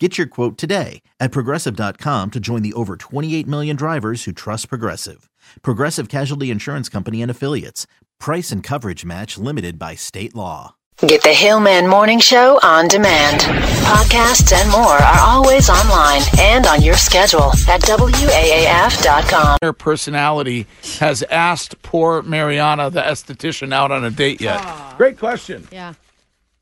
Get your quote today at progressive.com to join the over 28 million drivers who trust Progressive. Progressive Casualty Insurance Company and Affiliates. Price and coverage match limited by state law. Get the Hillman Morning Show on demand. Podcasts and more are always online and on your schedule at WAAF.com. Her personality has asked poor Mariana, the esthetician, out on a date yet. Great question. Yeah.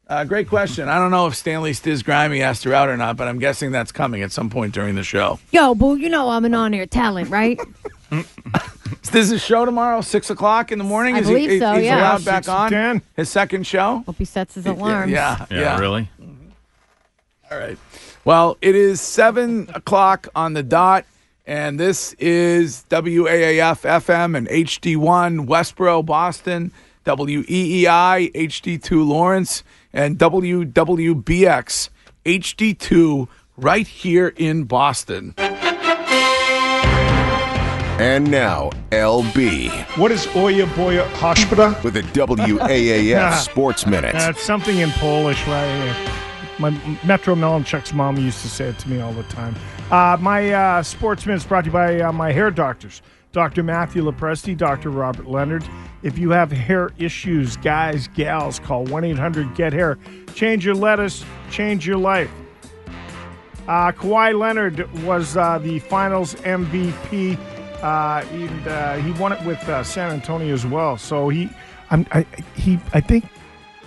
Uh, great question. I don't know if Stanley Stiz Grimy asked her out or not, but I'm guessing that's coming at some point during the show. Yo, boo, you know I'm an on air talent, right? Is this his show tomorrow, six o'clock in the morning? I is believe he, so, He's yeah. allowed back on his second show. Hope he sets his alarms. Yeah, yeah, really? All right. Well, it is seven o'clock on the dot, and this is WAAF FM and HD1 Westboro, Boston, E WEEI HD2 Lawrence, and WWBX HD2 right here in Boston. And now, LB What is Oya Boya Hospital? with a WAAF Sports Minute. That's something in Polish, right? My Metro Melanchuk's mom used to say it to me all the time. Uh, my uh, sports minute is brought to you by uh, my hair doctors, Dr. Matthew Lepresti, Dr. Robert Leonard. If you have hair issues, guys, gals, call 1 800 GET HAIR. Change your lettuce, change your life. Uh, Kawhi Leonard was uh, the Finals MVP. Uh, and, uh, he won it with uh, San Antonio as well. So he, I'm, I, he, I think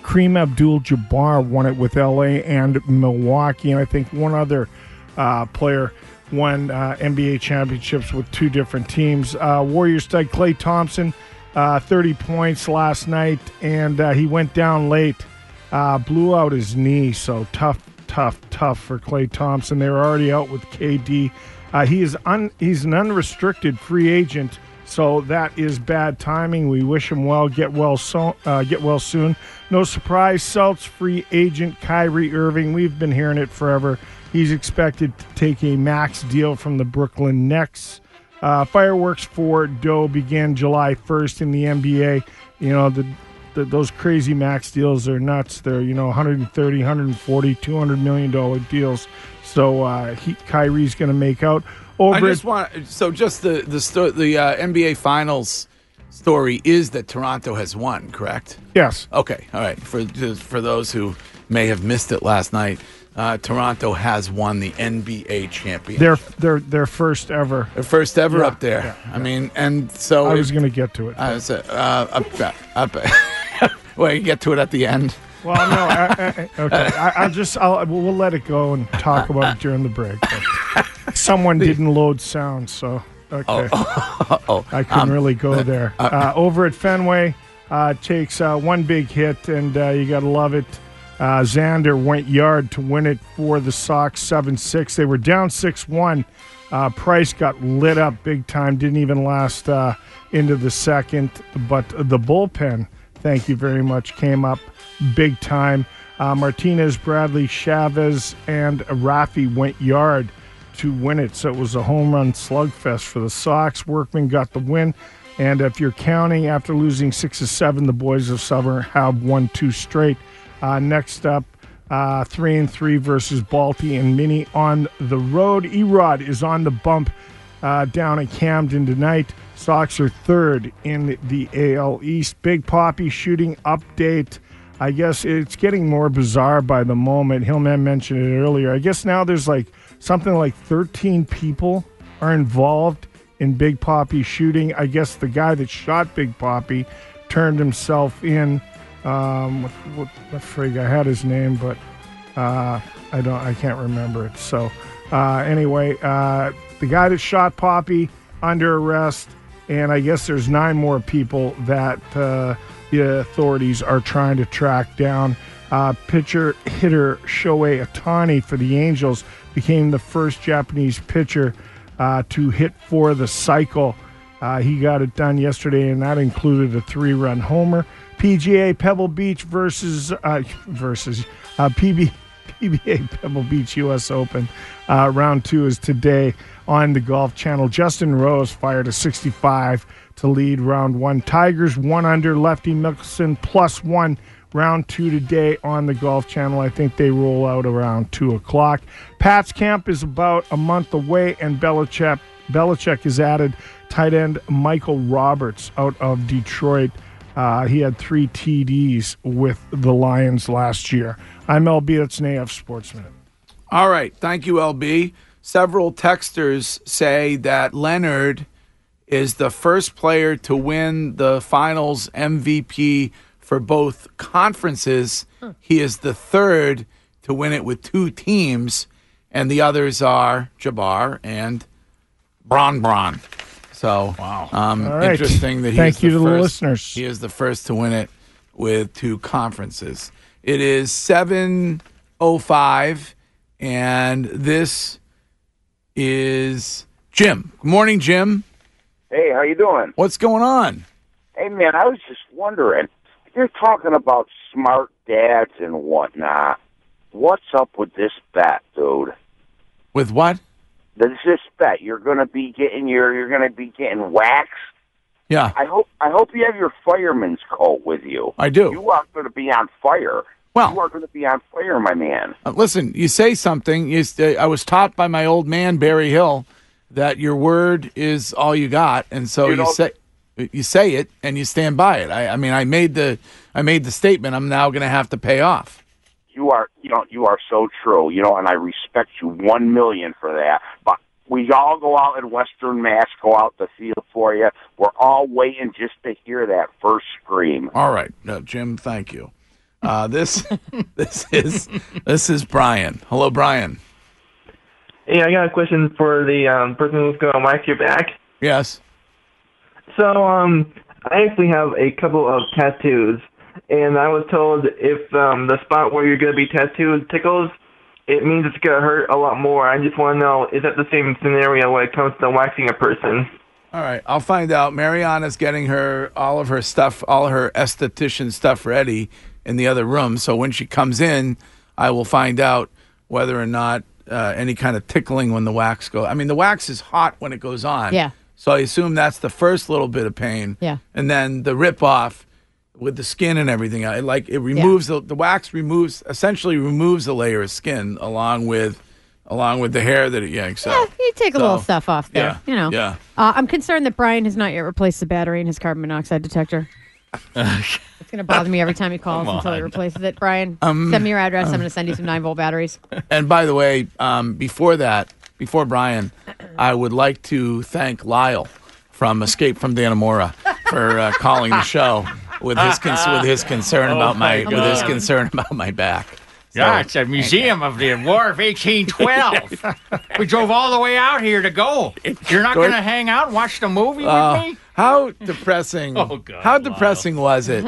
Kareem Abdul-Jabbar won it with LA and Milwaukee, and I think one other uh, player won uh, NBA championships with two different teams. Uh, Warrior stud Clay Thompson, uh, 30 points last night, and uh, he went down late, uh, blew out his knee, so tough, tough, tough for Clay Thompson. They were already out with KD. Uh, he is un, he's an unrestricted free agent. So that is bad timing. We wish him well. Get well so uh, get well soon. No surprise, Celts free agent Kyrie Irving. We've been hearing it forever. He's expected to take a max deal from the Brooklyn Nets. Uh, fireworks for Doe began July 1st in the NBA. You know the, the those crazy max deals are nuts. They're you know 130, 140, 200 million dollar deals. So uh, he, Kyrie's going to make out over. I at- just want so just the the sto- the uh, NBA Finals story is that Toronto has won, correct? yes. Okay, all right. For just for those who may have missed it last night, uh, Toronto has won the NBA championship. Their their their first ever. Their first ever Yeah, up there. yeah, I mean, and so I was it- going to get to it. I was, uh, uh, up, up. well, you get to it at the end. well, no. I, I, okay, I, I'll just I'll, we'll we'll let it go and talk about it during the break. but Someone didn't load sound, so okay. I couldn't really go there. Uh, over at Fenway, uh, takes uh, one big hit, and uh, you got to love it. Uh, Xander went yard to win it for the Sox 7 6. They were down 6 1. Uh, Price got lit up big time, didn't even last uh, into the second. But the bullpen, thank you very much, came up big time. Uh, Martinez, Bradley, Chavez, and Rafi went yard to win it. So it was a home run slugfest for the Sox. Workman got the win. And if you're counting, after losing six to seven, the boys of Summer have won two straight. Uh, next up, uh, three and three versus Balti and Mini on the road. Erod is on the bump uh, down at Camden tonight. Sox are third in the AL East. Big Poppy shooting update. I guess it's getting more bizarre by the moment. Hillman mentioned it earlier. I guess now there's like something like 13 people are involved in Big Poppy shooting. I guess the guy that shot Big Poppy turned himself in. Um, what, what, what frig? I had his name, but uh, I don't. I can't remember it. So uh, anyway, uh, the guy that shot Poppy under arrest, and I guess there's nine more people that uh, the authorities are trying to track down. Uh, pitcher hitter Shohei Atani for the Angels became the first Japanese pitcher uh, to hit for the cycle Uh, he got it done yesterday, and that included a three-run homer. PGA Pebble Beach versus uh, versus uh, PB, PBA Pebble Beach U.S. Open uh, round two is today on the Golf Channel. Justin Rose fired a 65 to lead round one. Tigers one under. Lefty Mickelson plus one round two today on the Golf Channel. I think they roll out around two o'clock. Pat's camp is about a month away, and Belichick Belichick has added tight end Michael Roberts out of Detroit. Uh, he had three TDs with the Lions last year. I'm LB. That's an AF Sports Minute. All right. Thank you, LB. Several texters say that Leonard is the first player to win the finals MVP for both conferences. He is the third to win it with two teams, and the others are Jabbar and Bron Bron. So, wow. um, All right. interesting that he Thank is you the to the first- listeners. He is the first to win it with two conferences. It is 7:05 and this is Jim. Good morning, Jim. Hey, how you doing? What's going on? Hey, man, I was just wondering. You're talking about smart dads and whatnot. What's up with this bet, dude? With what? This this bet you're gonna be getting your you're gonna be getting waxed. Yeah. I hope I hope you have your fireman's coat with you. I do. You are going to be on fire. Well- you are going to be on fire, my man. Uh, Listen, you say something. You say, I was taught by my old man Barry Hill that your word is all you got, and so You you know- say you say it and you stand by it. I, I mean, I made the I made the statement. I'm now going to have to pay off. you are you know you are so true you know and i respect you one million for that but we all go out in western mass go out the field for you we're all waiting just to hear that first scream All right, no, Jim. Thank you. Uh, this this is this is Brian. Hello, Brian. Yeah, I got a question for the um, person who's going to wax your back. Yes. So, um, I actually have a couple of tattoos, and I was told if um, the spot where you're going to be tattooed tickles, it means it's going to hurt a lot more. I just want to know, is that the same scenario when it comes to waxing a person? All right, I'll find out. Mariana's getting her all of her stuff, all her esthetician stuff ready in the other room. So when she comes in, I will find out whether or not uh, any kind of tickling when the wax goes. I mean, the wax is hot when it goes on. Yeah. So I assume that's the first little bit of pain. Yeah. And then the rip off with the skin and everything. I like it removes the, the wax removes essentially removes the layer of skin along with along with the hair that it yanks Yeah, out. you take a So, little stuff off there. yeah, you know. yeah. Uh, I'm concerned that Brian has not yet replaced the battery in his carbon monoxide detector. it's going to bother me every time he calls until he replaces it. Brian, Um, send me your address. I'm going to send you some nine volt batteries. And by the way, um, before that, before Brian, I would like to thank Lyle from Escape from Danamora for uh, calling the show with his cons- with his concern Oh, about my, my with his God. concern about my back. So, Yeah, it's a museum of the War of 1812. we drove all the way out here to go. You're not going to hang out and watch the movie uh, with me? how depressing! Oh, God, how Lyle. depressing was it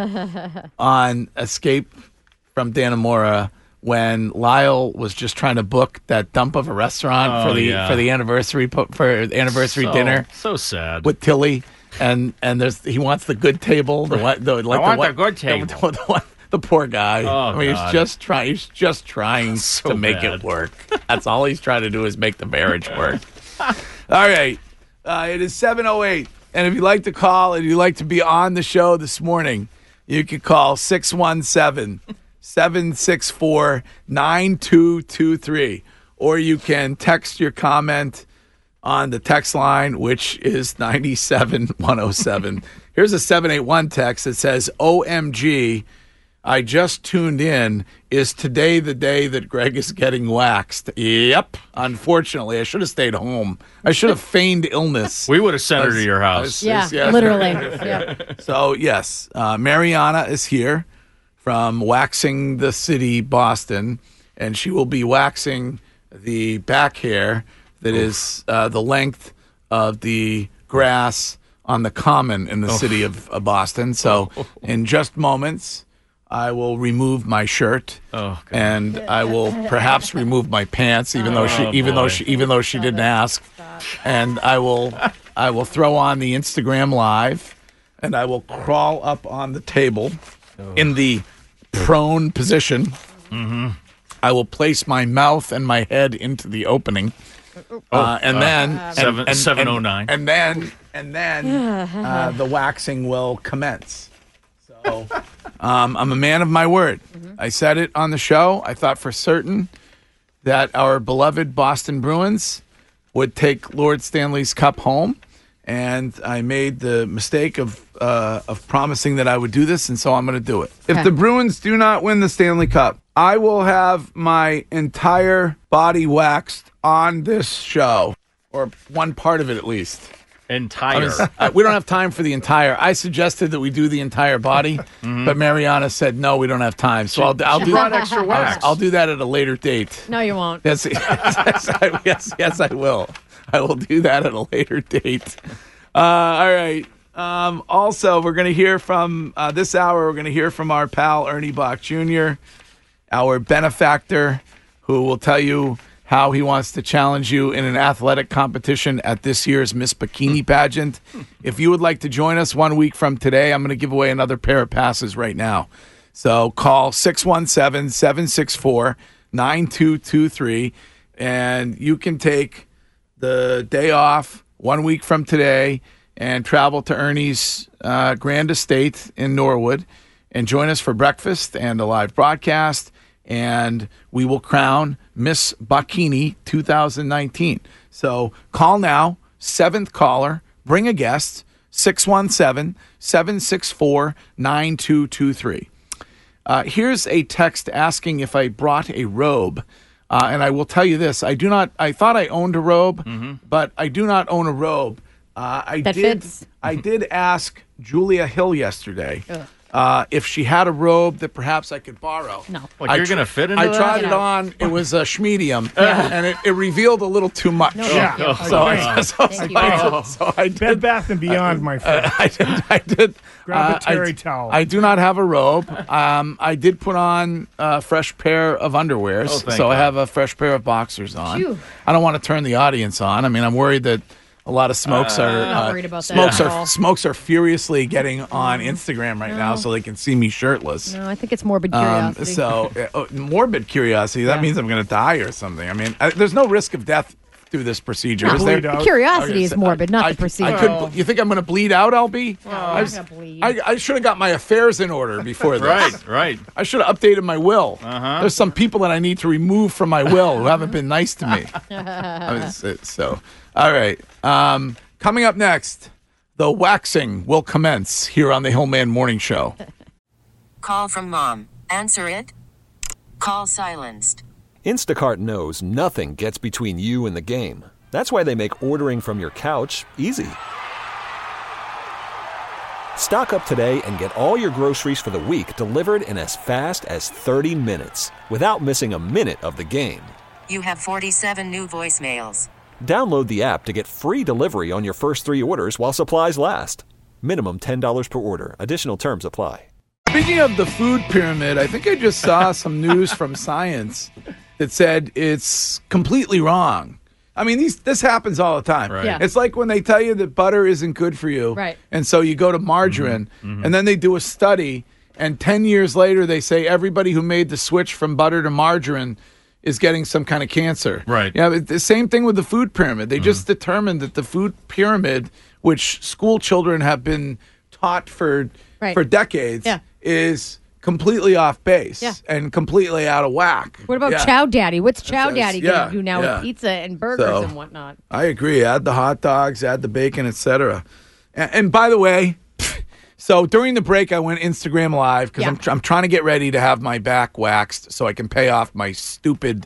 on Escape from Danamora? When Lyle was just trying to book that dump of a restaurant Oh, for the yeah. for the anniversary po- for the anniversary So- dinner, So sad. with Tilly, and and there's he wants the good table. The what? The, like I want what- the good table. The, the, one- the poor guy. Oh, I mean, he's God. just trying. He's just trying So to make it bad. work. That's all he's trying to do is make the marriage work. all right, uh, it is seven oh eight, and if you'd like to call and you'd like to be on the show this morning, you could call 617 764 9223, or you can text your comment on the text line, which is 97107. Here's a 781 text that says, OMG, I just tuned in. Is today the day that Greg is getting waxed? Yep. Unfortunately, I should have stayed home. I should have feigned illness. we would have sent her to your I was- house. Yeah, yeah. literally. Yeah. So, yes, uh, Mariana is here from Waxing the City, Boston, and she will be waxing the back hair that is uh, the length of the grass on the common in the city of uh, Boston. So, in just moments, I will remove my shirt Oh, God. and I will perhaps remove my pants, even though she, even though Oh, boy. she, even though she didn't ask, and I will, I will throw on the Instagram live and I will crawl up on the table in the prone position. Mm-hmm. I will place my mouth and my head into the opening. uh, and then and- Seven- and- seven and- oh nine. and then and then uh, the waxing will commence. So um, I'm a man of my word. I said it on the show. I thought for certain that our beloved Boston Bruins would take Lord Stanley's Cup home, and I made the mistake of uh, of promising that I would do this, and so I'm going to do it. If Okay. the Bruins do not win the Stanley Cup, I will have my entire body waxed on this show, or one part of it at least. Entire. Uh, we don't have time for the entire. I suggested that we do the entire body, but Mariana said no, we don't have time. So I'll, I'll do Mm-hmm. brought extra wax. I'll, I'll do that at a later date. No, you won't. Yes, yes, I, yes, yes, I will. I will do that at a later date. Uh, all right. Um, also, we're going to hear from uh, this hour. We're going to hear from our pal Ernie Bach Jr., our benefactor, who will tell you how he wants to challenge you in an athletic competition at this year's Miss Bikini pageant. If you would like to join us one week from today, I'm going to give away another pair of passes right now. So call 617 764 9223 and you can take the day off one week from today and travel to Ernie's uh, grand estate in Norwood and join us for breakfast and a live broadcast. And we will crown Miss Bacchini 2019. So call now, seventh caller, bring a guest, 617 764 9223. Uh, here's a text asking if I brought a robe. Uh, and I will tell you this: I do not. I thought I owned a robe, Mm-hmm. but I do not own a robe. Uh, I That did. fits. I did ask Julia Hill yesterday uh, if she had a robe that perhaps I could borrow. No. Like, I you're tr- gonna fit into I that? tried it No. on. It was a schmedium, and it, it revealed a little too much. No, Yeah. thank you. So, I, Oh, So- Thank so, Thank you. I, so Oh. I did. Bed Bath and Beyond, my friend. I did. I did. uh, Grab a I terry d- towel. I do not have a robe. Um, I did put on a fresh pair of underwears, Oh, thank so I God. have a fresh pair of boxers on. Phew. I don't want to turn the audience on. I mean, I'm worried that a lot of smokes are I'm not uh, worried about that smokes at are all. smokes are furiously getting on Instagram right now, so they can see me shirtless. No, I think it's morbid Um, curiosity. so uh, oh, morbid curiosity. That Yeah. means I'm going to die or something. I mean, I, there's no risk of death through this procedure, is there? bleed out. Curiosity Okay, is so morbid, not I, the Oh, procedure. I could, you think I'm going to bleed out, LB? I, I'm not gonna bleed. I, should have got my affairs in order before this. right, right. I should have updated my will. Uh-huh. There's some people that I need to remove from my will who haven't been nice to me. I mean, so- so, all right. Um, coming up next, the waxing will commence here on the Hillman Morning Show. Call from mom. Answer it. Call silenced. Instacart knows nothing gets between you and the game. That's why they make ordering from your couch easy. Stock up today and get all your groceries for the week delivered in as fast as 30 minutes without missing a minute of the game. You have 47 new voicemails. Download the app to get free delivery on your first three orders while supplies last. Minimum $10 per order. Additional terms apply. Speaking of the food pyramid, I think I just saw some news from science that said it's completely wrong. I mean, these this happens all the time. Right. Yeah. It's like when they tell you that butter isn't good for you, Right. And so you go to margarine, Mm-hmm. and then they do a study, and ten years later they say everybody who made the switch from butter to margarine is getting some kind of cancer. Right. Mm-hmm. Yeah. but The same thing with the food pyramid. They just determined that the food pyramid, which school children have been taught for Right. for decades Yeah. is completely off base Yeah. and completely out of whack. what about Yeah. Chow Daddy? What's Chow That's- Daddy yeah, going to do now yeah. with pizza and burgers So- and whatnot? I agree. Add the hot dogs, add the bacon, etc. And, and by the way, so during the break, I went Instagram live because Yeah. I'm, tr- I'm trying to get ready to have my back waxed so I can pay off my stupid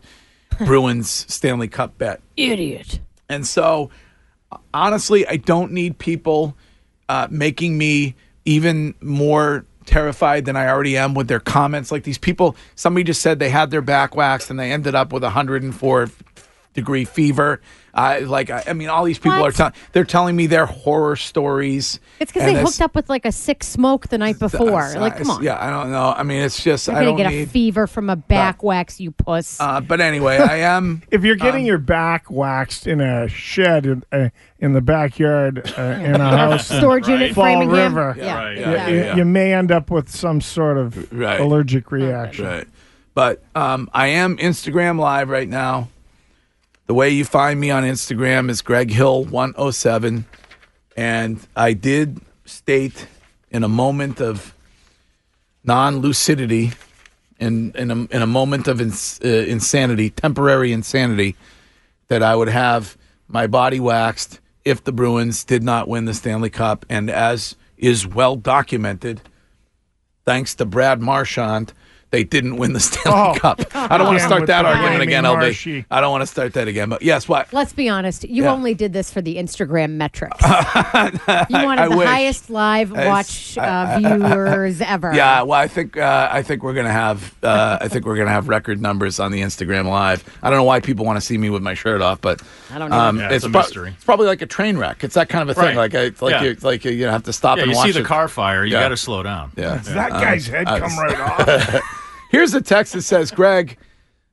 Bruins Stanley Cup bet. Idiot. And so, honestly, I don't need people uh, making me even more terrified than I already am with their comments. Like these people, somebody just said they had their back waxed and they ended up with 104 degree fever. Uh, like I, I mean, all these people are telling they're telling me their horror stories. It's because and they hooked up with like a sick smoke the night before. like, come on. Yeah, I don't know. I mean, it's just You're I don't going to get need. a fever from a back wax, you puss. uh, but anyway, I am. If you're getting your back waxed in a shed in, uh, in the backyard uh, in a house, in Storage unit, Fall Framingham. River, Yeah, Yeah, right, you- yeah, you, yeah. you may end up with some sort of Right. allergic reaction. Right. But um, I am Instagram live right now. The way you find me on Instagram is Greg Hill 107. And I did state in a moment of non lucidity, in, in, a, in a moment of ins- uh, insanity, temporary insanity, that I would have my body waxed if the Bruins did not win the Stanley Cup. And as is well documented, thanks to Brad Marchand, they didn't win the Stanley Oh. Cup. I don't want to Again start with that the argument blaming again, Marshy. LB. I don't want to start that again. But yes, what? Let's be honest. You Yeah. only did this for the Instagram metrics. you wanted I the wish. highest live I- watch I- uh, viewers ever. Yeah, well, I think uh, I think we're gonna have uh, I think we're gonna have record numbers on the Instagram live. I don't know why people want to see me with my shirt off, but I don't um, know. Yeah, it's, it's a prob- mystery. it's probably like a train wreck. It's that kind of a thing. Right. Like I, like Yeah. you like you, you have to stop Yeah, and you watch see the it. car fire. You Yeah. got to slow down. Yeah. That guy's head I- come right off. Here's a text that says, Greg,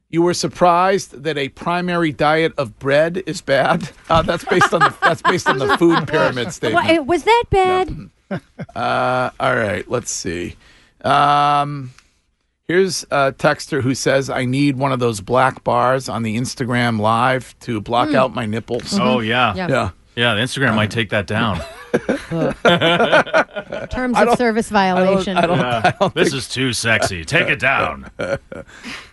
you were surprised that a primary diet of bread is bad. Uh, that's based on the that's based on the food pyramid statement. Wha- eh, was that bad? Uh, all right, let's see. Um, here's a texter who says, "I need one of those black bars on the Instagram live to block out my nipples." Oh yeah. Yeah. yeah. Yeah. the Instagram might take that down. Terms of service violation. Yeah. this is too sexy. Take it down. Uh,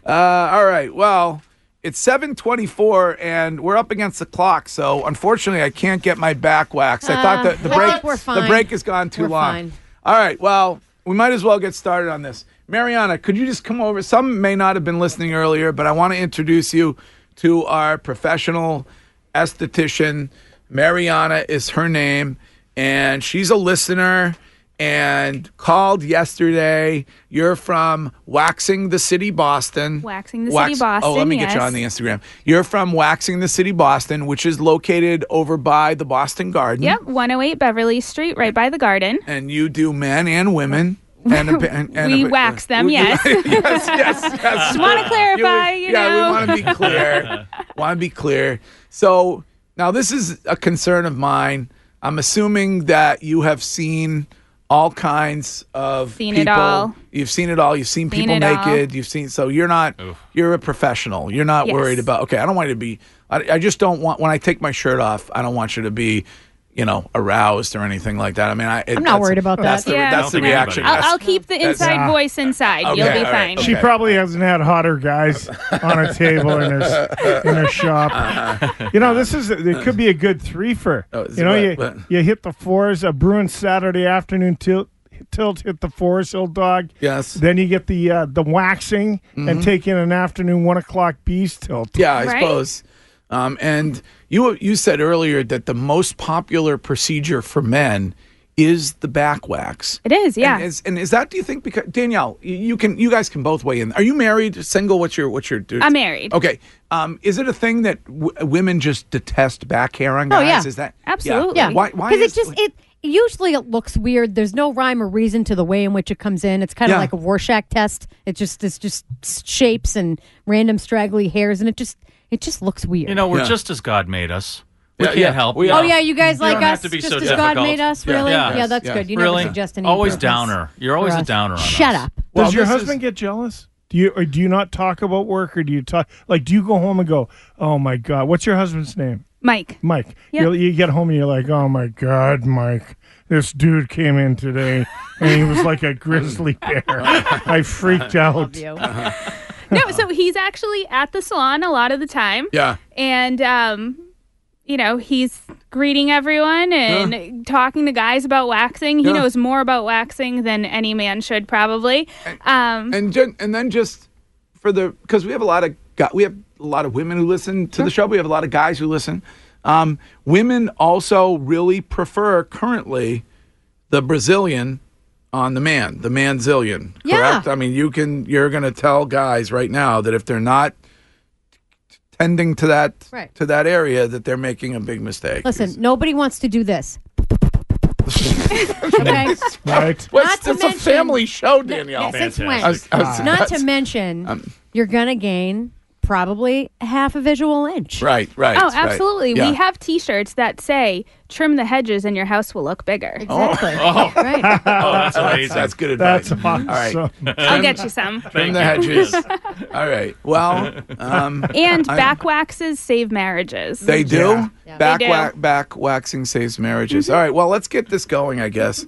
all right. Well, it's seven twenty-four, and we're up against the clock, so unfortunately, I can't get my back waxed. I thought Uh, that the I break think we're the fine. break has gone too We're long. fine. All right. Well, we might as well get started on this. Mariana, could you just come over? Some may not have been listening earlier, but I want to introduce you to our professional esthetician. Mariana is her name, and she's a listener and called yesterday. You're from Waxing the City Boston. Waxing the City Boston, Oh, let me get you yes. on the Instagram. You're from Waxing the City Boston, which is located over by the Boston Garden. Yep, 108 Beverly Street, right by the garden. and you do men and women. And, a, and, and We a- uh, wax them, We- yes. yes, yes, yes. Just want to clarify, you, yeah, know. we want to be clear. want to be clear. So now this is a concern of mine. I'm assuming that you have seen all kinds of Seen it people. all. You've seen it all. You've seen, Seen people it all. naked. You've seen. So you're not. You're a professional. You're not Yes. worried about. Okay, I don't want you to be. I, I just don't want when I take my shirt off. I don't want you to be. You know, aroused or anything like that. I mean, I, it- I'm that's- not worried about That's that. the, Yeah. that's the I don't think reaction. anybody I'll, I'll keep the That's- inside Ah. voice inside. Okay, You'll be all right. fine. She Okay. probably hasn't had hotter guys on a table in her in her shop. You know, this is it could be a good threefer. Oh, it's you know, wet, you wet. you hit the fours. A Bruins Saturday afternoon tilt tilt hit the fours, old dog. Yes. Mm-hmm. Then you get the uh, the waxing and take in an afternoon one o'clock bees tilt. yeah, I Right? suppose. Um, and you you said earlier that the most popular procedure for men is the back wax. It is, yeah. And is, and is that do you think because Danielle, you- you can you guys can both weigh in. Are you married, single? What's your what's your? I'm married. Okay. Um, is it a thing that w- women just detest back hair on guys? Oh, yeah. Is that Absolutely. Yeah, Why? Why? Because Is, it just it usually it looks weird. There's no rhyme or reason to the way in which it comes in. It's kind of Yeah. like a Rorschach test. It just it's just shapes and random straggly hairs, and it just it just looks weird. You know, we're Yeah. just as God made us. We Yeah, can't yeah. help. We oh are. yeah, you guys like don't have us to be just so as God difficult. made us. Yeah. Really? Yeah. Yeah, that's Yeah. good. You really? never suggest any always improvements downer. You're always for a us. downer on Shut us. up. Well, Does your this is- husband get jealous? Do you or do you not talk about work or do you talk like do you go home and go, Oh my god, what's your husband's name? Mike. Mike, Yeah. you you get home and you're like, oh my God, Mike, this dude came in today and he was like a grizzly bear. I freaked out. You. No, so he's actually at the salon a lot of the time. yeah. And, um, you know, he's greeting everyone and talking to guys about waxing. He Yeah. knows more about waxing than any man should, probably. Um, and ju- and then just for the because we have a lot of gu we have a lot of women who listen to the show. We have a lot of guys who listen. Um, women also really prefer currently the Brazilian on the man, the manzillion. Correct. Yeah. I mean, you can you're going to tell guys right now that if they're not tending to that Right. to that area that they're making a big mistake. Listen, nobody wants to do this. okay. Right? What's, to it's a family show, Danielle. Since when? I was- I was- Not to mention, Um, you're going to gain probably half a visual inch. Right, right. oh, right. absolutely. Yeah. We have T-shirts that say "Trim the hedges and your house will look bigger." Exactly. Oh. Right. Oh, that's amazing. That's good advice. That's All right. I'll get you some. Trim the hedges. All right. Well, um, And I- back waxes save marriages. They do. Back They do. Mm-hmm. wa- back waxing saves marriages. All right. Well, let's get this going. I guess.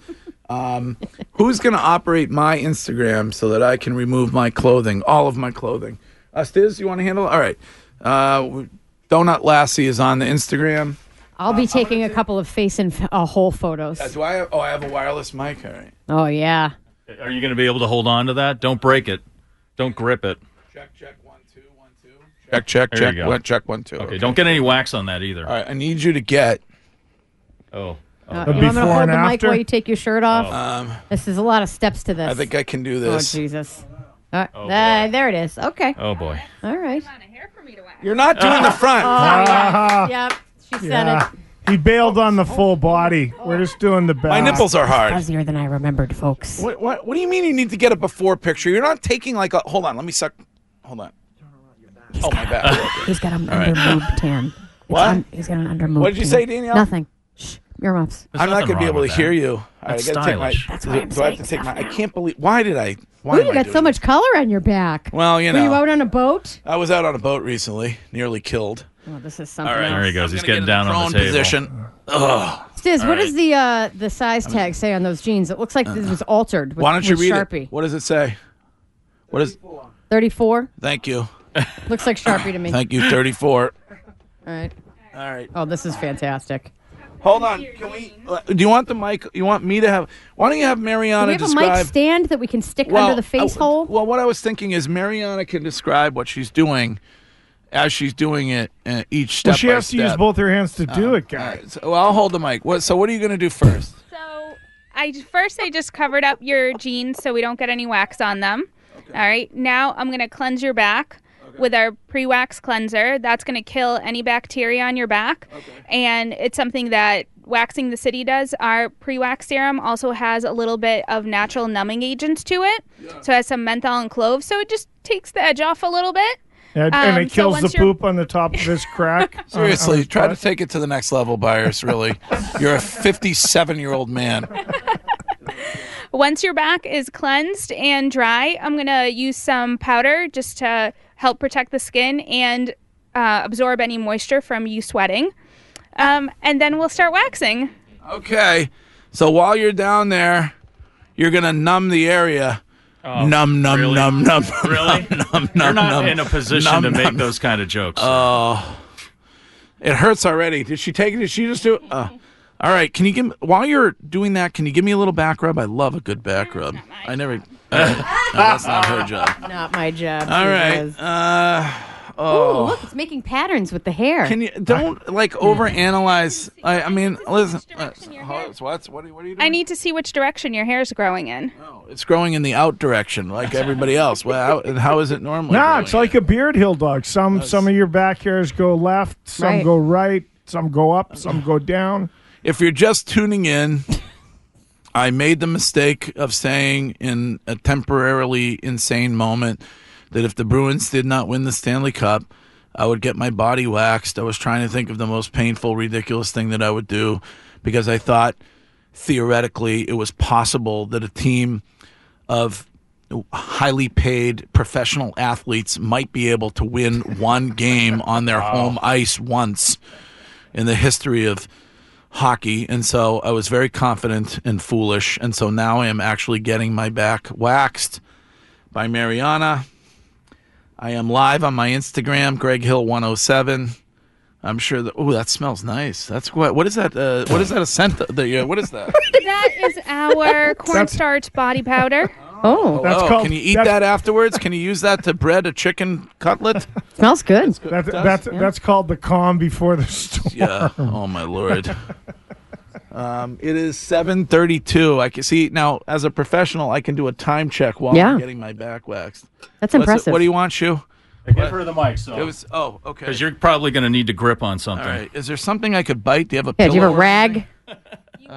Um, who's going to operate my Instagram so that I can remove my clothing, all of my clothing? Uh, Stiz, you want to handle? it? All right. Uh, w- Donut Lassie is on the Instagram. I'll be taking a couple of face and f- uh, whole photos. That's why. I, oh, I have a wireless mic. All right. Oh, yeah. Are you going to be able to hold on to that? Don't break it. Don't grip it. Check, check, There you check. go. One, check, one, two. Okay, don't get any wax on that either. All right. I need you to get. Oh. Uh, you want me to hold the mic while you take your shirt off? Um, this is a lot of steps to this. I think I can do Oh, this. Jesus. All right. Uh, there it is. Okay. Oh boy. All right. You're not doing the front. Oh, Ah. yes. Yep. She Yeah. said it. He bailed on the full body. We're just doing the back. My nipples are hard. Fuzzier than I remembered, folks. What, what, what do you mean you need to get a before picture? You're not taking like a. Hold on, let me suck. Hold on. Oh, my bad. He's got an All right. under undermoved tan. It's What? un- he's got an undermoved. What did you tan. say, Danielle? Nothing. Shh. Earmuffs. I'm not going to be able to hear you. All right, That's I gotta take my- stylish. That's why do, I'm do I have to take my? I can't believe. Why did I? Why Ooh, am you I got doing so much color on your back. Well, you Were you know. out on a boat? I was out on a boat recently, nearly killed. Oh, this is something There he else. goes. He's getting down prone on the table. position. Ugh. Stiz, All what right. Uh, does the uh, the size tag say on those jeans? It looks like this was altered with, Why don't you with read Sharpie. it? What does it say? What is? 34? Thank you. Looks like Sharpie to me. Thank you. Thirty-four. All right. All right. Oh, this is fantastic. Hold on. Can we? uh, Do you want the mic? You want me to have? Why don't you have Do we Mariana have a mic describe? stand that we can stick under the face I- hole? Well, oh, what I was thinking is Mariana can describe what she's doing as she's doing it uh, each step. Well, she by has to use step. Uh, both her hands to do it, guys. So, well, I'll hold the mic. What, so, what are you going to do first? Uh, I first I just covered up your jeans so we don't get any wax on them. All right. Now I'm gonna cleanse your back with our pre-wax cleanser. That's gonna kill any bacteria on your back. And it's something that waxing the city does. Our pre-wax serum also has a little bit of natural numbing agents to it. So it has some menthol and cloves. So it just takes the edge off a little bit. And, Um, and it so kills once the you're- poop on the top of his crack. Uh, on- on Seriously, his try to butt. take it to the next level, buyers. Really, you're a 57 year old man. Once your back is cleansed and dry, I'm going to use some powder just to help protect the skin and uh, absorb any moisture from you sweating. Um, and then we'll start waxing. Okay, so while you're down there, you're going to numb the area. numb, numb, Oh, really? numb, numb. Really? Numb, numb, You're numb, not numb, in a position numb, to make numb. those kind of jokes. Oh, it hurts already. Did she take it? Did she just do it? Uh, all right. Can you give me, while you're doing that? Can you give me a little back rub? I love a good back rub. I never. Uh, no, that's not her job. Not my job. All right. Uh, Oh, oh, look, it's making patterns with the hair. can you don't like overanalyze? I, I mean, listen. uh, what's, what's, what, are, what are you I need to see which direction your hair is growing in. it's growing in the out direction, like everybody else. Well, how, how is it normally? Nah, it's like a beard hill dog. Some some of your back hairs go left, some Right. go right, some go up, some go down. If you're just tuning in, I made the mistake of saying in a temporarily insane moment that if the Bruins did not win the Stanley Cup, I would get my body waxed. I was trying to think of the most painful, ridiculous thing that I would do because I thought theoretically it was possible that a team of highly paid professional athletes might be able to win one game on their home ice once in the history of hockey. And so I was very confident and foolish. And so now I am actually getting my back waxed by Mariana. I am live on my Instagram, Greg Hill 107. I'm sure that oh that smells nice. That's what what is that uh, what is that a scent that you what is that? that is our cornstarch body powder. Oh, that's Hello, called. Can you eat that's- that afterwards? Can you use that to bread a chicken cutlet? Smells good. That's that's, that's called the calm before the storm. Yeah. Oh my lord. Um, it is 7:32. I can see now. As a professional, I can do a time check while Yeah. I'm getting my back waxed. That's What's it- impressive. what do you want, Shu? Give her the mic. So It was. Oh, okay. Because you're probably going to need to grip on All something. right. Is there something I could bite? Do you have a Yeah, do pillow? you have a or rag?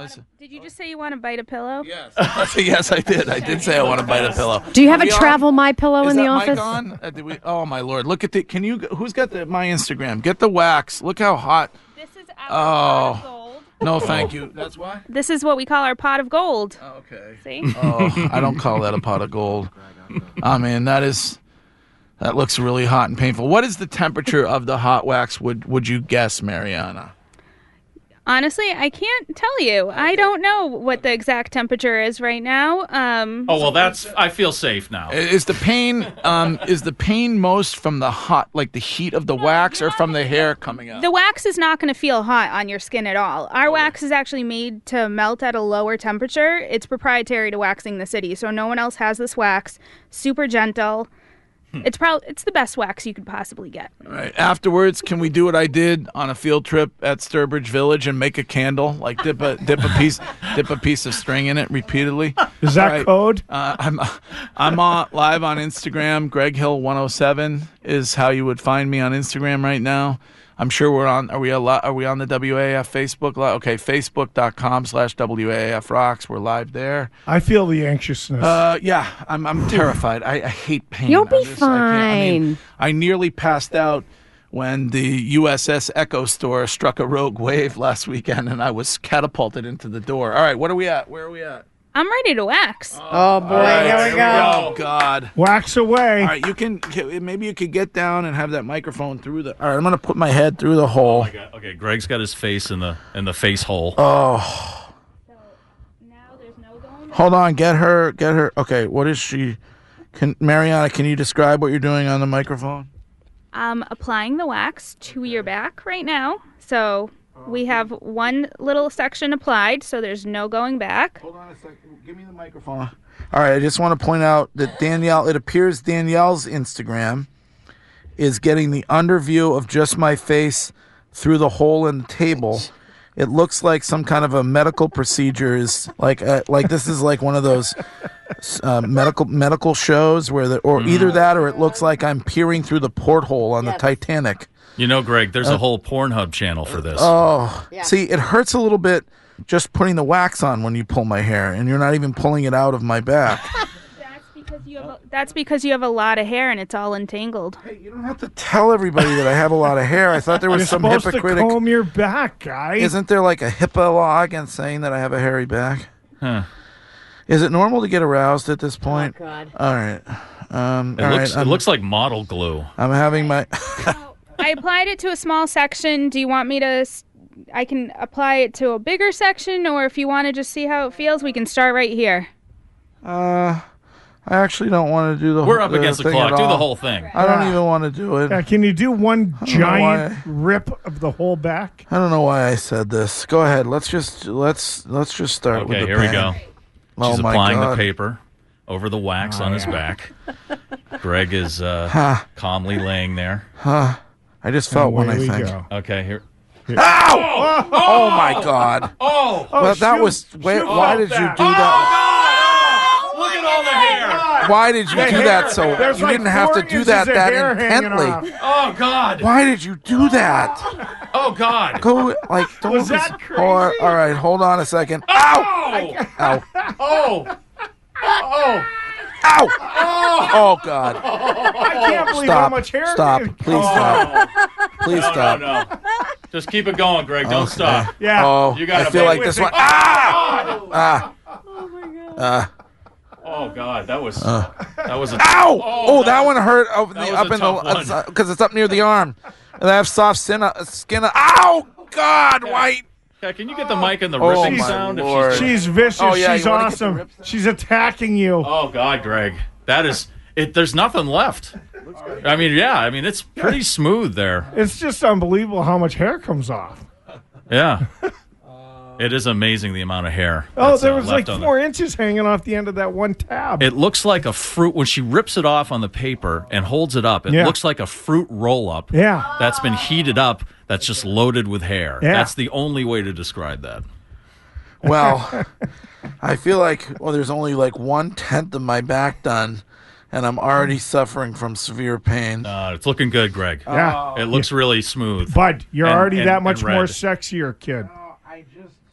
something? Did you just say you want to bite a pillow? Yes. yes, I did. I did say I want to bite a pillow. Do you have Are a we on? travel my pillow Is in the that mic office? on? Uh, did we, oh my lord! Look at the. Can you? Who's got the, my Instagram? Get the wax. Look how hot. This is our oh. No, thank you. That's why. This is what we call our pot of gold. okay. See? Oh, I don't call that a pot of gold. I mean, that is. That looks really hot and painful. What is the temperature of the hot wax? Would Would you guess, Mariana? Honestly, I can't tell you. I don't know what the exact temperature is right now. Um, Oh well, that's. I feel safe now. I- Is the pain um is the pain most from the hot like the heat of the wax or from the hair coming out? The wax is not going to feel hot on your skin at all. Our wax is actually made to melt at a lower temperature. It's proprietary to Waxing the City, so no one else has this wax. Super gentle. Hmm. It's probably it's the best wax you could possibly get. All right. Afterwards, can we do what I did on a field trip at Sturbridge Village and make a candle? Like dip a dip a piece dip a piece of string in it repeatedly. Is that All right. code? Uh, I'm I'm on, live on Instagram. Greg Hill 107 is how you would find me on Instagram right now. I'm sure we're on. Are we a lot? Are we on the WAF Facebook? Li- Okay, Facebook.com/slash WAF Rocks. We're live there. I feel the anxiousness. Uh, yeah, I'm I'm terrified. I, I hate pain. You'll be I'm just- I can't- I mean, fine. I nearly passed out when the USS Echo store struck a rogue wave last weekend, and I was catapulted into the door. All right, what are we at? Where are we at? I'm ready to wax. Uh, Oh, boy, All right, here we go. Oh God. Wax away. All right, you can maybe you could get down and have that microphone through the. All right, I'm gonna put my head through the hole. Okay, Greg's got his face in the in the face hole. Oh. Hold on, get her, get her. Okay, what is she? Can Mariana, can you describe what you're doing on the microphone? I'm applying the wax to your back right now. So we have one little section applied, so there's no going back. Hold on a second. Give me the microphone. All right, I just want to point out that Danielle, it appears Danielle's Instagram is getting the underview of just my face through the hole in the table. It looks like some kind of a medical procedure is like uh, like this is like one of those uh, medical medical shows where the or either that or it looks like I'm peering through the porthole on the Titanic. You know, Greg, there's Uh, a whole Pornhub channel for this. Oh, see, it hurts a little bit just putting the wax on when you pull my hair, and you're not even pulling it out of my back. That's because you have a lot of hair and it's all entangled. you don't have to tell everybody that I have a lot of hair. I thought there was You're some supposed hypocritic. to comb your back, guy. Isn't there like a HIPAA law against saying that I have a hairy back? Huh. Is it normal to get aroused at this point? God. All right. Um, It all looks, right, I'm, it looks like model glue. I'm having my. I applied it to a small section. Do you want me to? s- I can apply it to a bigger section, or if you want to just see how it feels, we can start right here. Uh, I actually don't want to do the. We're whole- up against the thing clock. at Do the all. whole thing. I don't even want to do it. Yeah, can you do one I don't know giant rip of the whole back? I don't know why I said this. Go ahead. Let's just let's let's just start with Okay, the here we pen. go. Oh She's my applying God. the paper over the wax on Oh, his back. Greg is uh, Huh. calmly laying there. Oh, Huh. I just felt Oh, one, I think. Okay, here. Ow! Oh, my god. Oh! well, that was wait, Oh, why did you do that? Look at all the hair! Why did you The do oh, hair. that so There's you like didn't have four to do that inches of that hair hanging intently? Oh God! Why did you do that? Oh God! Go like don't Was that just- Or, all right, hold on a second. Ow! Ow. Oh! Oh! Ow! Oh god. I can't believe stop. how much hair. Stop. Please stop. Please Oh. No, stop. No, no. Just keep it going, Greg. Don't Okay. stop. Yeah. Oh, you got I feel like this one- Ah! Ah. Uh, Oh God, that was Uh. that was a Ow! Oh, that, one hurt up, that was the, up a in tough the because it's up near the arm, and I have soft skin. Uh, skin uh, ow! God, white. Yeah, can you get the mic and the Oh, ripping my sound? if Lord. She's vicious. Oh, yeah, She's you wanna get the awesome. She's attacking you. Oh God, Greg, that is it. There's nothing left. I mean, yeah, I mean it's pretty smooth there. It's just unbelievable how much hair comes off. Uh, Yeah, it is amazing the amount of hair. Oh, that's, there uh, was like left on four inches hanging off the end of that one tab. It looks like a fruit when she rips it off on the paper and holds it up. It Yeah. looks like a fruit roll up. Yeah. That's been heated up. That's just loaded with hair. Yeah. That's the only way to describe that. Well, I feel like well, there's only like one tenth of my back done, and I'm already suffering from severe pain. Uh, it's looking good, Greg. Yeah. It looks really smooth. But you're And- already and- that and much red. more sexier, kid. Oh,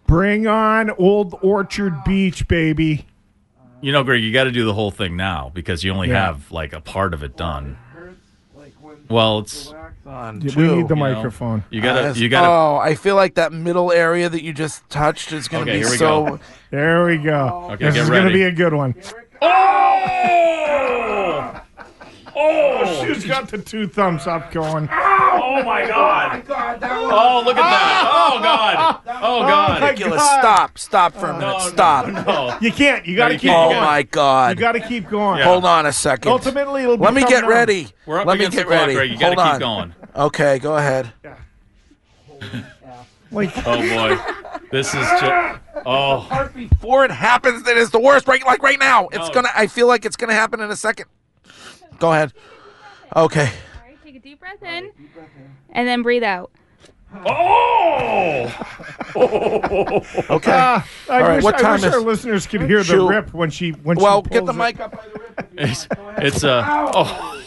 Bring on Old Orchard Beach, baby. You know, Greg, you got to do the whole thing now because you only Yeah. have like a part of it done. Well, it's we too, need the you know. microphone. you gotta, Yes. you gotta. Oh, I feel like that middle area that you just touched is going to Okay, be here we so. go. There we go. Oh, Okay, this get is going to ready. be a good one. Oh! Oh, she's got the two thumbs up going. Oh my God! Oh, look at that! Oh God! Oh God! Ridiculous. Stop. Stop for a minute. Stop. You can't. You got to you keep can't. going. Oh, my God. You got to keep going. Hold on a second. Ultimately, it'll Let me become get numb. ready. We're up Let me against get the clock, ready. Greg. You gotta Hold on. keep going. Okay, go ahead. Like, Oh boy, this is just. Oh, Right before it happens, that is the worst. Right, like right now. It's gonna. I feel like it's gonna happen in a second. Go ahead. Okay. Take a deep breath in, and then breathe out. Okay. Ah, I All right, wish, what I time wish is- our listeners could hear the Shoot. rip when she when Well, she get the pulls mic it. up. it's it's a. Oh,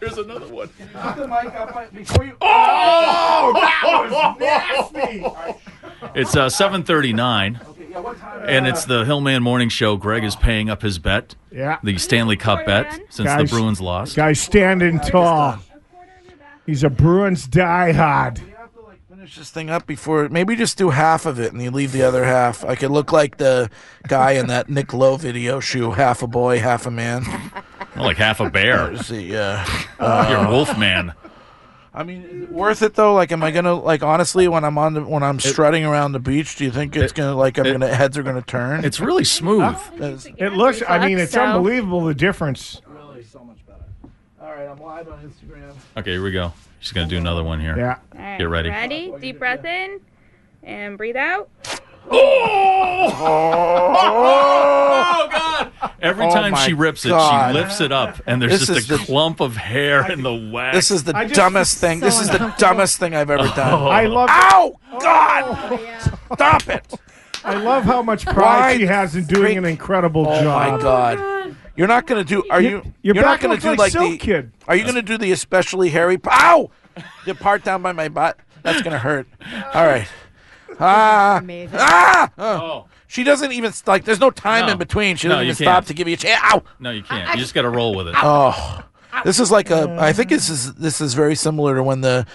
here's another one. Get the mic up before you. Oh, that was nasty. It's uh, 7:39, and it's the Hillman Morning Show. Greg is paying up his bet, Yeah, the Stanley Cup bet, since the Guys. Bruins lost. guy's standing tall. He's a Bruins diehard. Finish this thing up before. Maybe just do half of it, and you leave the other half. I could look like the guy in that Nick Lowe video. Shoe half a boy, half a man. Well, like half a bear. Let's see, yeah. Uh, You're a wolf man. I mean, is it worth it though? Like, am I gonna like honestly when I'm on the, when I'm strutting around the beach? Do you think it's gonna like I'm it- gonna heads are gonna turn? It's really smooth. That's- It looks. I mean, it's so. unbelievable the difference. All right, I'm live on Instagram. Okay, here we go. She's gonna do another one here. Yeah. All right, Get ready. Ready? Deep breath in, and breathe out. Oh God! Every Oh, time my she rips it, God. she lifts it up, and there's This just is a the- clump of hair in the wax. This is the I just- dumbest thing. so this is the uncomfortable. dumbest thing I've ever Oh. done. I love. Ow! Oh, God! Yeah. Stop it! I love how much Why pride she has in doing an freak- incredible Oh job. my God! You're not gonna do. Are Your- you? your you're not back gonna looks do like like Silk the. Kid. Are you gonna do the especially hairy? p- Ow! The part down by my butt. That's gonna hurt. All right. Ah! Amazing. Ah! oh She doesn't even like. There's no time No. in between. She No, doesn't you even stop can't. to give you a chance. Ow! no, you can't. You just gotta roll with it. Oh, this is like a. I think this is this is very similar to when the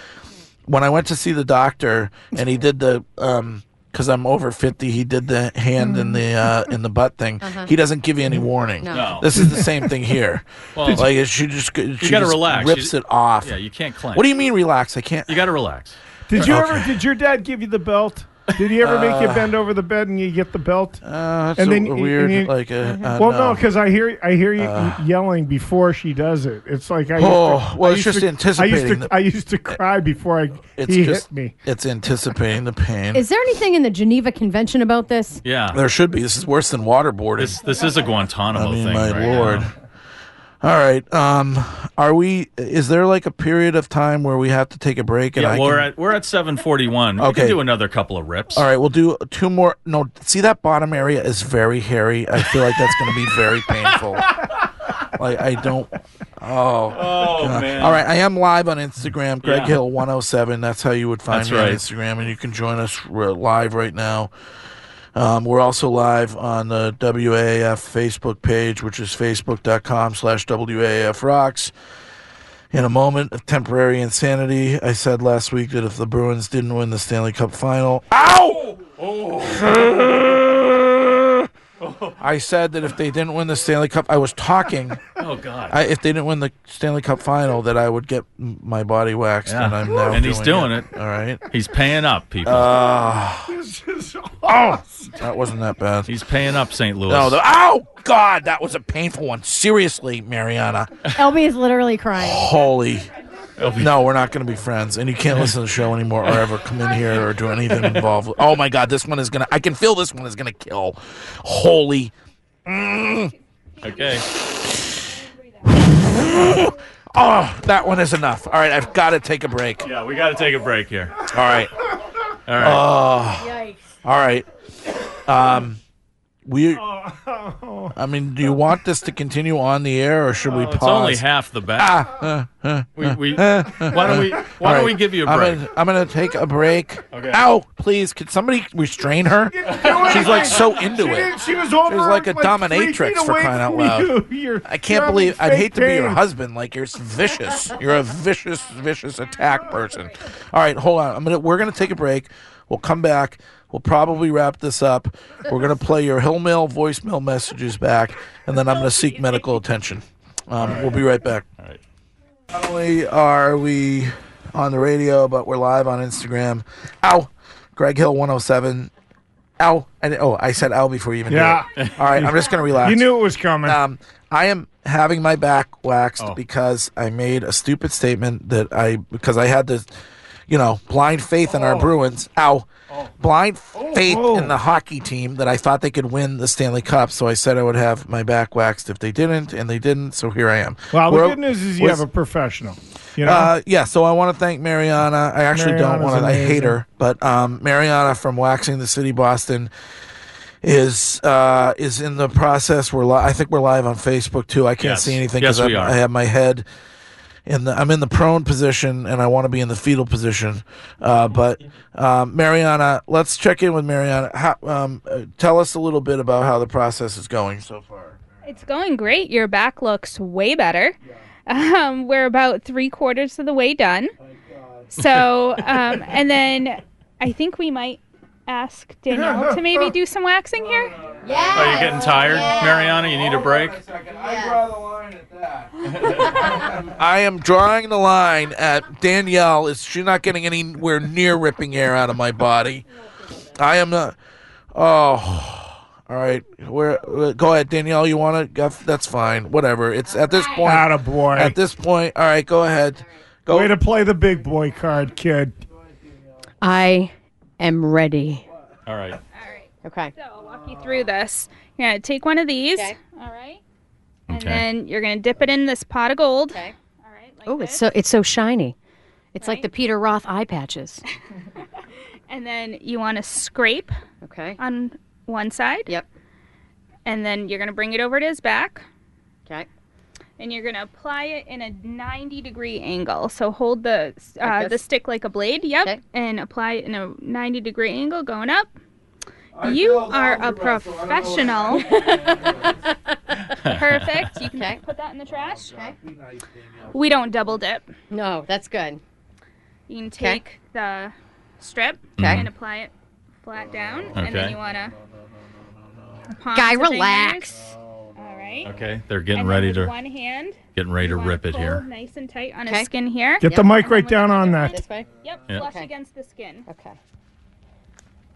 when I went to see the doctor and he did the um because I'm over fifty. He did the hand in the uh, in the butt thing. He doesn't give you any warning. Uh-huh. No. This is the same thing here. Well- like she just she You gotta relax. rips You- it off. Yeah, you can't clench. what do you mean relax? I can't. You gotta relax. Did you ever? Okay. Did your dad give you the belt? Did he ever make you bend over the bed and you get the belt? Uh, that's And a, then a you- weird you- like a. uh, well, no, because I hear I hear you yelling before she does it. It's like I. used to- Oh, well, I it's just used to- I used anticipating to, that- I used to cry before I it's he just hit me. it's anticipating the pain. Is there anything in the Geneva Convention about this? Yeah, there should be. This is worse than waterboarding. this this is a Guantanamo I mean, thing. my right lord. now. All right. Um, are we? Is there like a period of time where we have to take a break? And Yeah, I we're can- at we're at 741. We can Okay. do another couple of rips. All right, we'll do two more. No, see that bottom area is very hairy. I feel like that's going to be very painful. like I don't. Oh. Oh man. All right, I am live on Instagram, Greg Yeah. Hill 107. That's how you would find That's me right. on Instagram, and you can join us we're live right now. Um, we're also live on the WAAF Facebook page, which is facebook.com slash WAAF rocks. In a moment of temporary insanity, I said last week that if the Bruins didn't win the Stanley Cup final. Ow! I said that if they didn't win the Stanley Cup, I was talking. Oh god. I, if they didn't win the Stanley Cup final, that I would get m- my body waxed, Yeah. and I'm now And he's doing it. All right, He's paying up, people. Uh, This is awesome. that wasn't that bad. He's paying up, St. Louis. No, the, oh God, that was a painful one. Seriously, Mariana, LB is literally crying. holy. No, we're not going to be friends, and you can't listen to the show anymore, or ever come in here or do anything involved. Oh my God, this one is gonna. I can feel this one is gonna kill. Holy. okay. Oh, that one is enough. All right, I've got to take a break. All Yeah, we got to take a break here. right. Ah. All right. Yikes. All right. Um, we I mean, do you want this to continue on the air, or should we pause? Uh, It's only half the bag. Ah, uh, uh, We- uh, we- uh, why don't we- uh, why all don't we give you a I'm break? gonna- I'm going to take a break. Okay. Ow! Please, could somebody restrain her? She's like so into she it. didn't- She was She over. was like a three feet dominatrix for away crying out from loud. you. You're- I you're can't having believe I'd fake hate to be your pain. husband. Like you're vicious. You're a vicious, vicious attack person. All right, hold on. I'm gonna we're gonna take a break. We'll come back. We'll probably wrap this up. We're gonna play your hill mail, voicemail messages back, and then I'm gonna seek medical attention. Um, We'll be right back. All right. Not only are we on the radio, but we're live on Instagram. Ow, Greg Hill 107. Ow, and oh, I said ow before you even. did Yeah. it. All right, I'm just gonna relax. You knew it was coming. Um, I am having my back waxed Oh. because I made a stupid statement that I because I had this, you know, blind faith in Oh. our Bruins. Ow, blind faith in the hockey team that I thought they could win the Stanley Cup. So I said I would have my back waxed if they didn't, and they didn't. So here I am. Well, the We're- good news is you was- have a professional. You know, uh, yeah, so I want to thank Mariana. I actually don't Mariana's want to. I hate amazing. her, but um, Mariana from Waxing the City Boston is uh, is in the process. We're li- I think we're live on Facebook too. I can't Yes. see anything Yes, we I'm- are. I have my head in the I'm in the prone position and I want to be in the fetal position. Uh, but um, Mariana, let's check in with Mariana. How, um, uh, tell us a little bit about how the process is going so far. It's going great. Your back looks way better. Um, we're about three quarters of the way done. So, um, and then I think we might ask Danielle to maybe do some waxing here. Are you getting tired, Mariana? You need a break. I am drawing the line at Danielle. Is she not getting anywhere near ripping air out of my body? I am not. Oh, all right. Where? where- Go ahead, Danielle. You want to? That's fine. Whatever. It's at this point. Atta boy. At this point. All right. Go ahead. Go. way to play the big boy card, kid. I am ready. All right. Okay. So I'll walk you through this. You're gonna take one of these. All right. And Okay. then you're gonna dip it in this pot of gold. oh, it's so it's so shiny. It's like the Peter Roth eye patches. And then you want to scrape. Okay. On one side. Yep. And then you're gonna bring it over to his back. Okay. And you're gonna apply it in a 90 degree angle. So hold the uh, Like the this? stick like a blade. Yep. And apply it in a 90 degree angle going up. I you feel are a about so I don't professional. Perfect. You can put that in the trash. Okay. We don't double dip. No, that's good. You can Okay. take the strip Okay. and apply it flat down, and then Okay. you want to. Guy, relax. All right. Okay, they're getting And then ready with to- One hand. Getting ready to you wanna rip it pull here. Nice and tight on his skin here. Get the mic right down on that. This way. Yep. Yeah. Flush Okay. against the skin. Okay.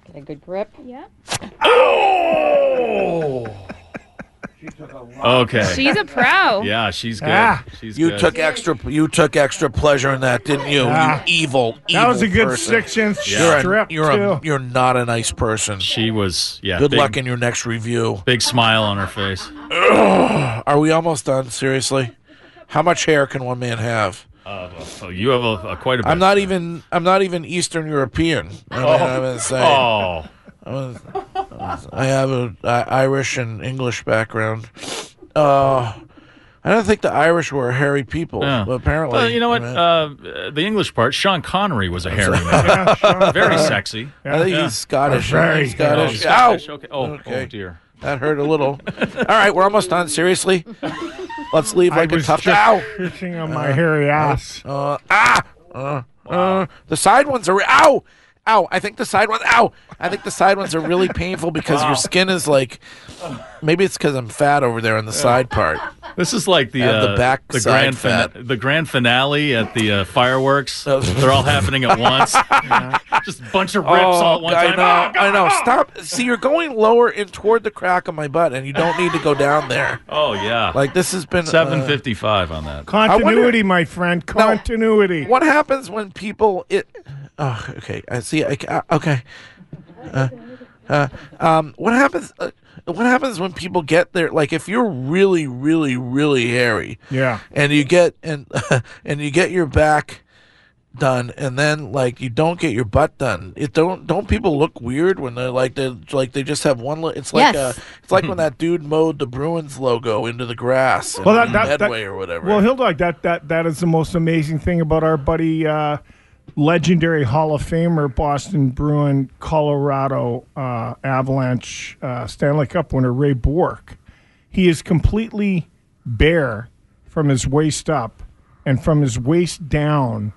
Get a good grip. Yep. Oh! Okay. She's a pro. Yeah, she's good. Ah. She's you good. took extra. You took extra pleasure in that, didn't you? Ah. you evil, evil. That was a good person. six-inch Yeah. You're a- strip, You're, a, too. you're not a nice person. She was. Yeah. Good big- luck in your next review. Big smile on her face. Are we almost done? Seriously, how much hair can one man have? Uh, oh, you have a, a quite a bit. I'm not even. I'm not even Eastern European. I mean, I'm gonna say- Oh. I was- I was- I have a I, Irish and English background. Uh, I don't think the Irish were hairy people, Yeah. but apparently. Well, you know what? I mean, Uh, the English part, Sean Connery was a hairy man. Very sexy. I think Yeah. he's Scottish. Very. He's Scottish. Oh, Scottish. Ow! Okay. Oh, oh, dear. That hurt a little. All right, we're almost done. Seriously, let's leave I like a was tough. just Ow! itching on my hairy ass. Uh, ah! Uh, uh, the side ones are ow, ow. I think the side ones ow. I think the side ones are really painful because Wow. your skin is like. Maybe it's because I'm fat over there on the side part. This is like the And the uh, back the side grand fina- the grand finale at the uh, fireworks. Oh. They're all happening at once. Just a bunch of rips all at one Oh, I time. Ah, Oh, know, I know. Stop. See, you're going lower and toward the crack of my butt, and you don't need to go down there. Oh yeah. Like this has been uh, 755 on uh, that. Continuity, my friend. Continuity. What happens when people it? Oh, okay. I see. I, ca- uh, okay. Uh, uh, um, what happens? Uh, what happens when people get there? Like, if you're really, really, really hairy, Yeah. and you get and and you get your back done and then like you don't get your butt done. It don't don't people look weird when they're like they like they just have one. Li- it's like Yes. uh, it's like when that dude mowed the Bruins logo into the grass. Well, in that, that, Medway that- or whatever. Well, Hildog, that that that is the most amazing thing about our buddy, uh, legendary Hall of Famer, Boston Bruin, Colorado uh, Avalanche uh, Stanley Cup winner Ray Bork. He is completely bare from his waist up, and from his waist down,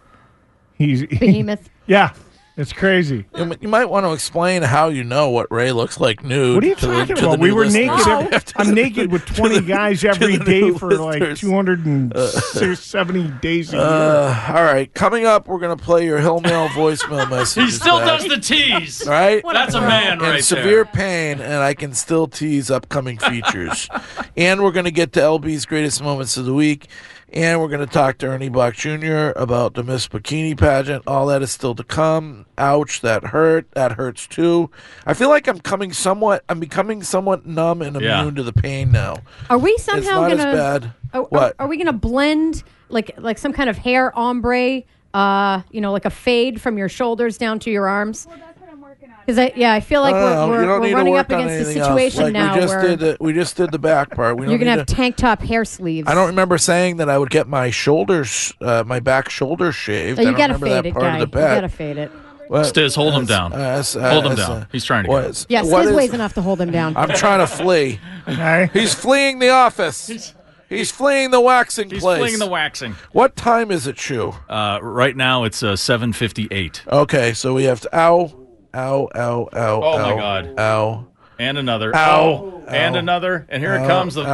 he's behemoth. yeah, it's crazy. You m- you might want to explain how you know what Ray looks like nude. What are you to the- talking to the about? We new were listeners. naked. every- I'm naked with 20 guys every the day new for like listeners. 270 days a year. Uh, all right, coming up, we're gonna play your Hill Mail voicemail message. He still does the tease. All right, That's a man in right severe pain, and I can still tease upcoming features. and we're gonna get to LB's greatest moments of the week, and we're gonna talk to Ernie Bach Jr. about the Miss Bikini pageant. All that is still to come. Ouch, that hurt. That hurts too. I feel like I'm coming somewhat. I'm becoming somewhat numb and immune Yeah. to the pain now. Are we somehow not as gonna? Oh, bad. Are, are- What? are we gonna blend like like some kind of hair ombre? Uh, you know, like a fade from your shoulders down to your arms. Well, that's what I'm working on. Because I yeah, I feel like No, no, no, we're, Oh, you we're, don't need we're to running work up on against a anything else. situation Like, now We just where did the, we just did the back part. We you're don't gonna need have to- tank top hair sleeves. I don't remember saying that I would get my shoulders, uh, my back shoulder shaved. Oh, I you don't gotta remember fade that it, part guy. of You the bet. gotta fade it. there. Stiz, hold him down. hold him as, down. uh, He's trying to get him. Yeah, What Stiz is- weighs enough to hold him down. I'm trying to flee. He's fleeing the office. He's fleeing the waxing He's place. fleeing the waxing. What time is it, Chew? Uh, right now it's uh, seven fifty eight. Okay, so we have to ow, ow, ow, ow. Oh, my ow, God. Ow. And another. Ow. And Ow. another. And here Ow. it comes. The, Ow.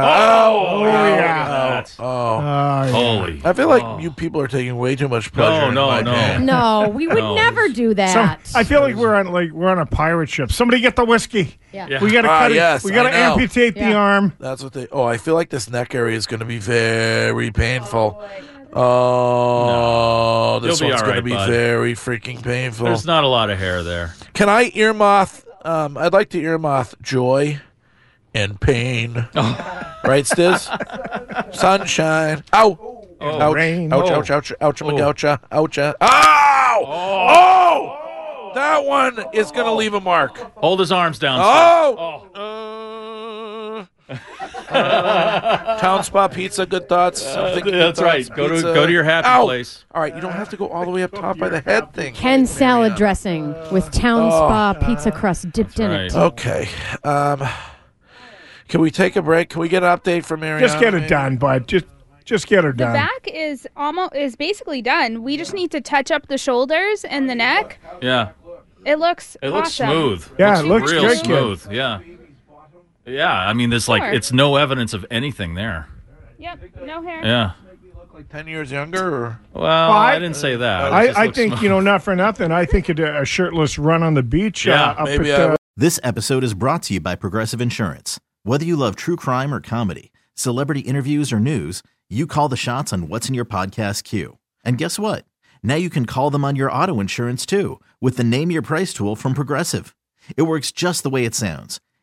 oh, Ow. yeah. Ow. That's- Oh. yeah. Holy. I feel like you people are taking way too much pleasure. no, in my no. pain. No, we would No. never do that. Some- I feel like we're on like we're on a pirate ship. Somebody get the whiskey. Yeah. We gotta Ah, cut it. yes, we gotta I know. amputate the arm. That's what they. Oh, I feel like this neck area is going to be very painful. Oh, this You'll be one's all going to right, be bud. very freaking painful. There's not a lot of hair there. Can I earmoth? Um, I'd like to earmoth joy and pain. right, Stiz? Sunshine. Ow. Oh, ouch. rain. Ouch, Oh. ouch, ouch, ouch, ouch, ouch, ouch. Ow! Oh! That one is going to leave a mark. Hold his arms down. Oh! Uh, Town Spa Pizza, good thoughts. I'm thinking good Uh, That's right. thoughts, Go to- pizza. go to your happy Ow! place. All right, you don't have to go all the way up top by the head thing. Ken salad dressing with town Oh. spa pizza crust dipped in it. Okay. Um, can we take a break? Can we get an update from Mariana? Just get it done, bud. Just just get her The done. back is almost is basically done. We just need to touch up the shoulders and the neck. Yeah. It looks It looks awesome. smooth. Yeah, it looks real great, kid. smooth. Yeah. Yeah. I mean, there's like Sure. it's no evidence of anything there. Yep, no hair. Yeah. Like Ten years younger, or Well, I, didn't say that. It just I, I looks think you know, not for nothing. I think it, a shirtless run on the beach. uh, up at, uh, This episode is brought to you by Progressive Insurance. Whether you love true crime or comedy, celebrity interviews or news, you call the shots on what's in your podcast queue. And guess what? Now you can call them on your auto insurance too with the Name Your Price tool from Progressive. It works just the way it sounds.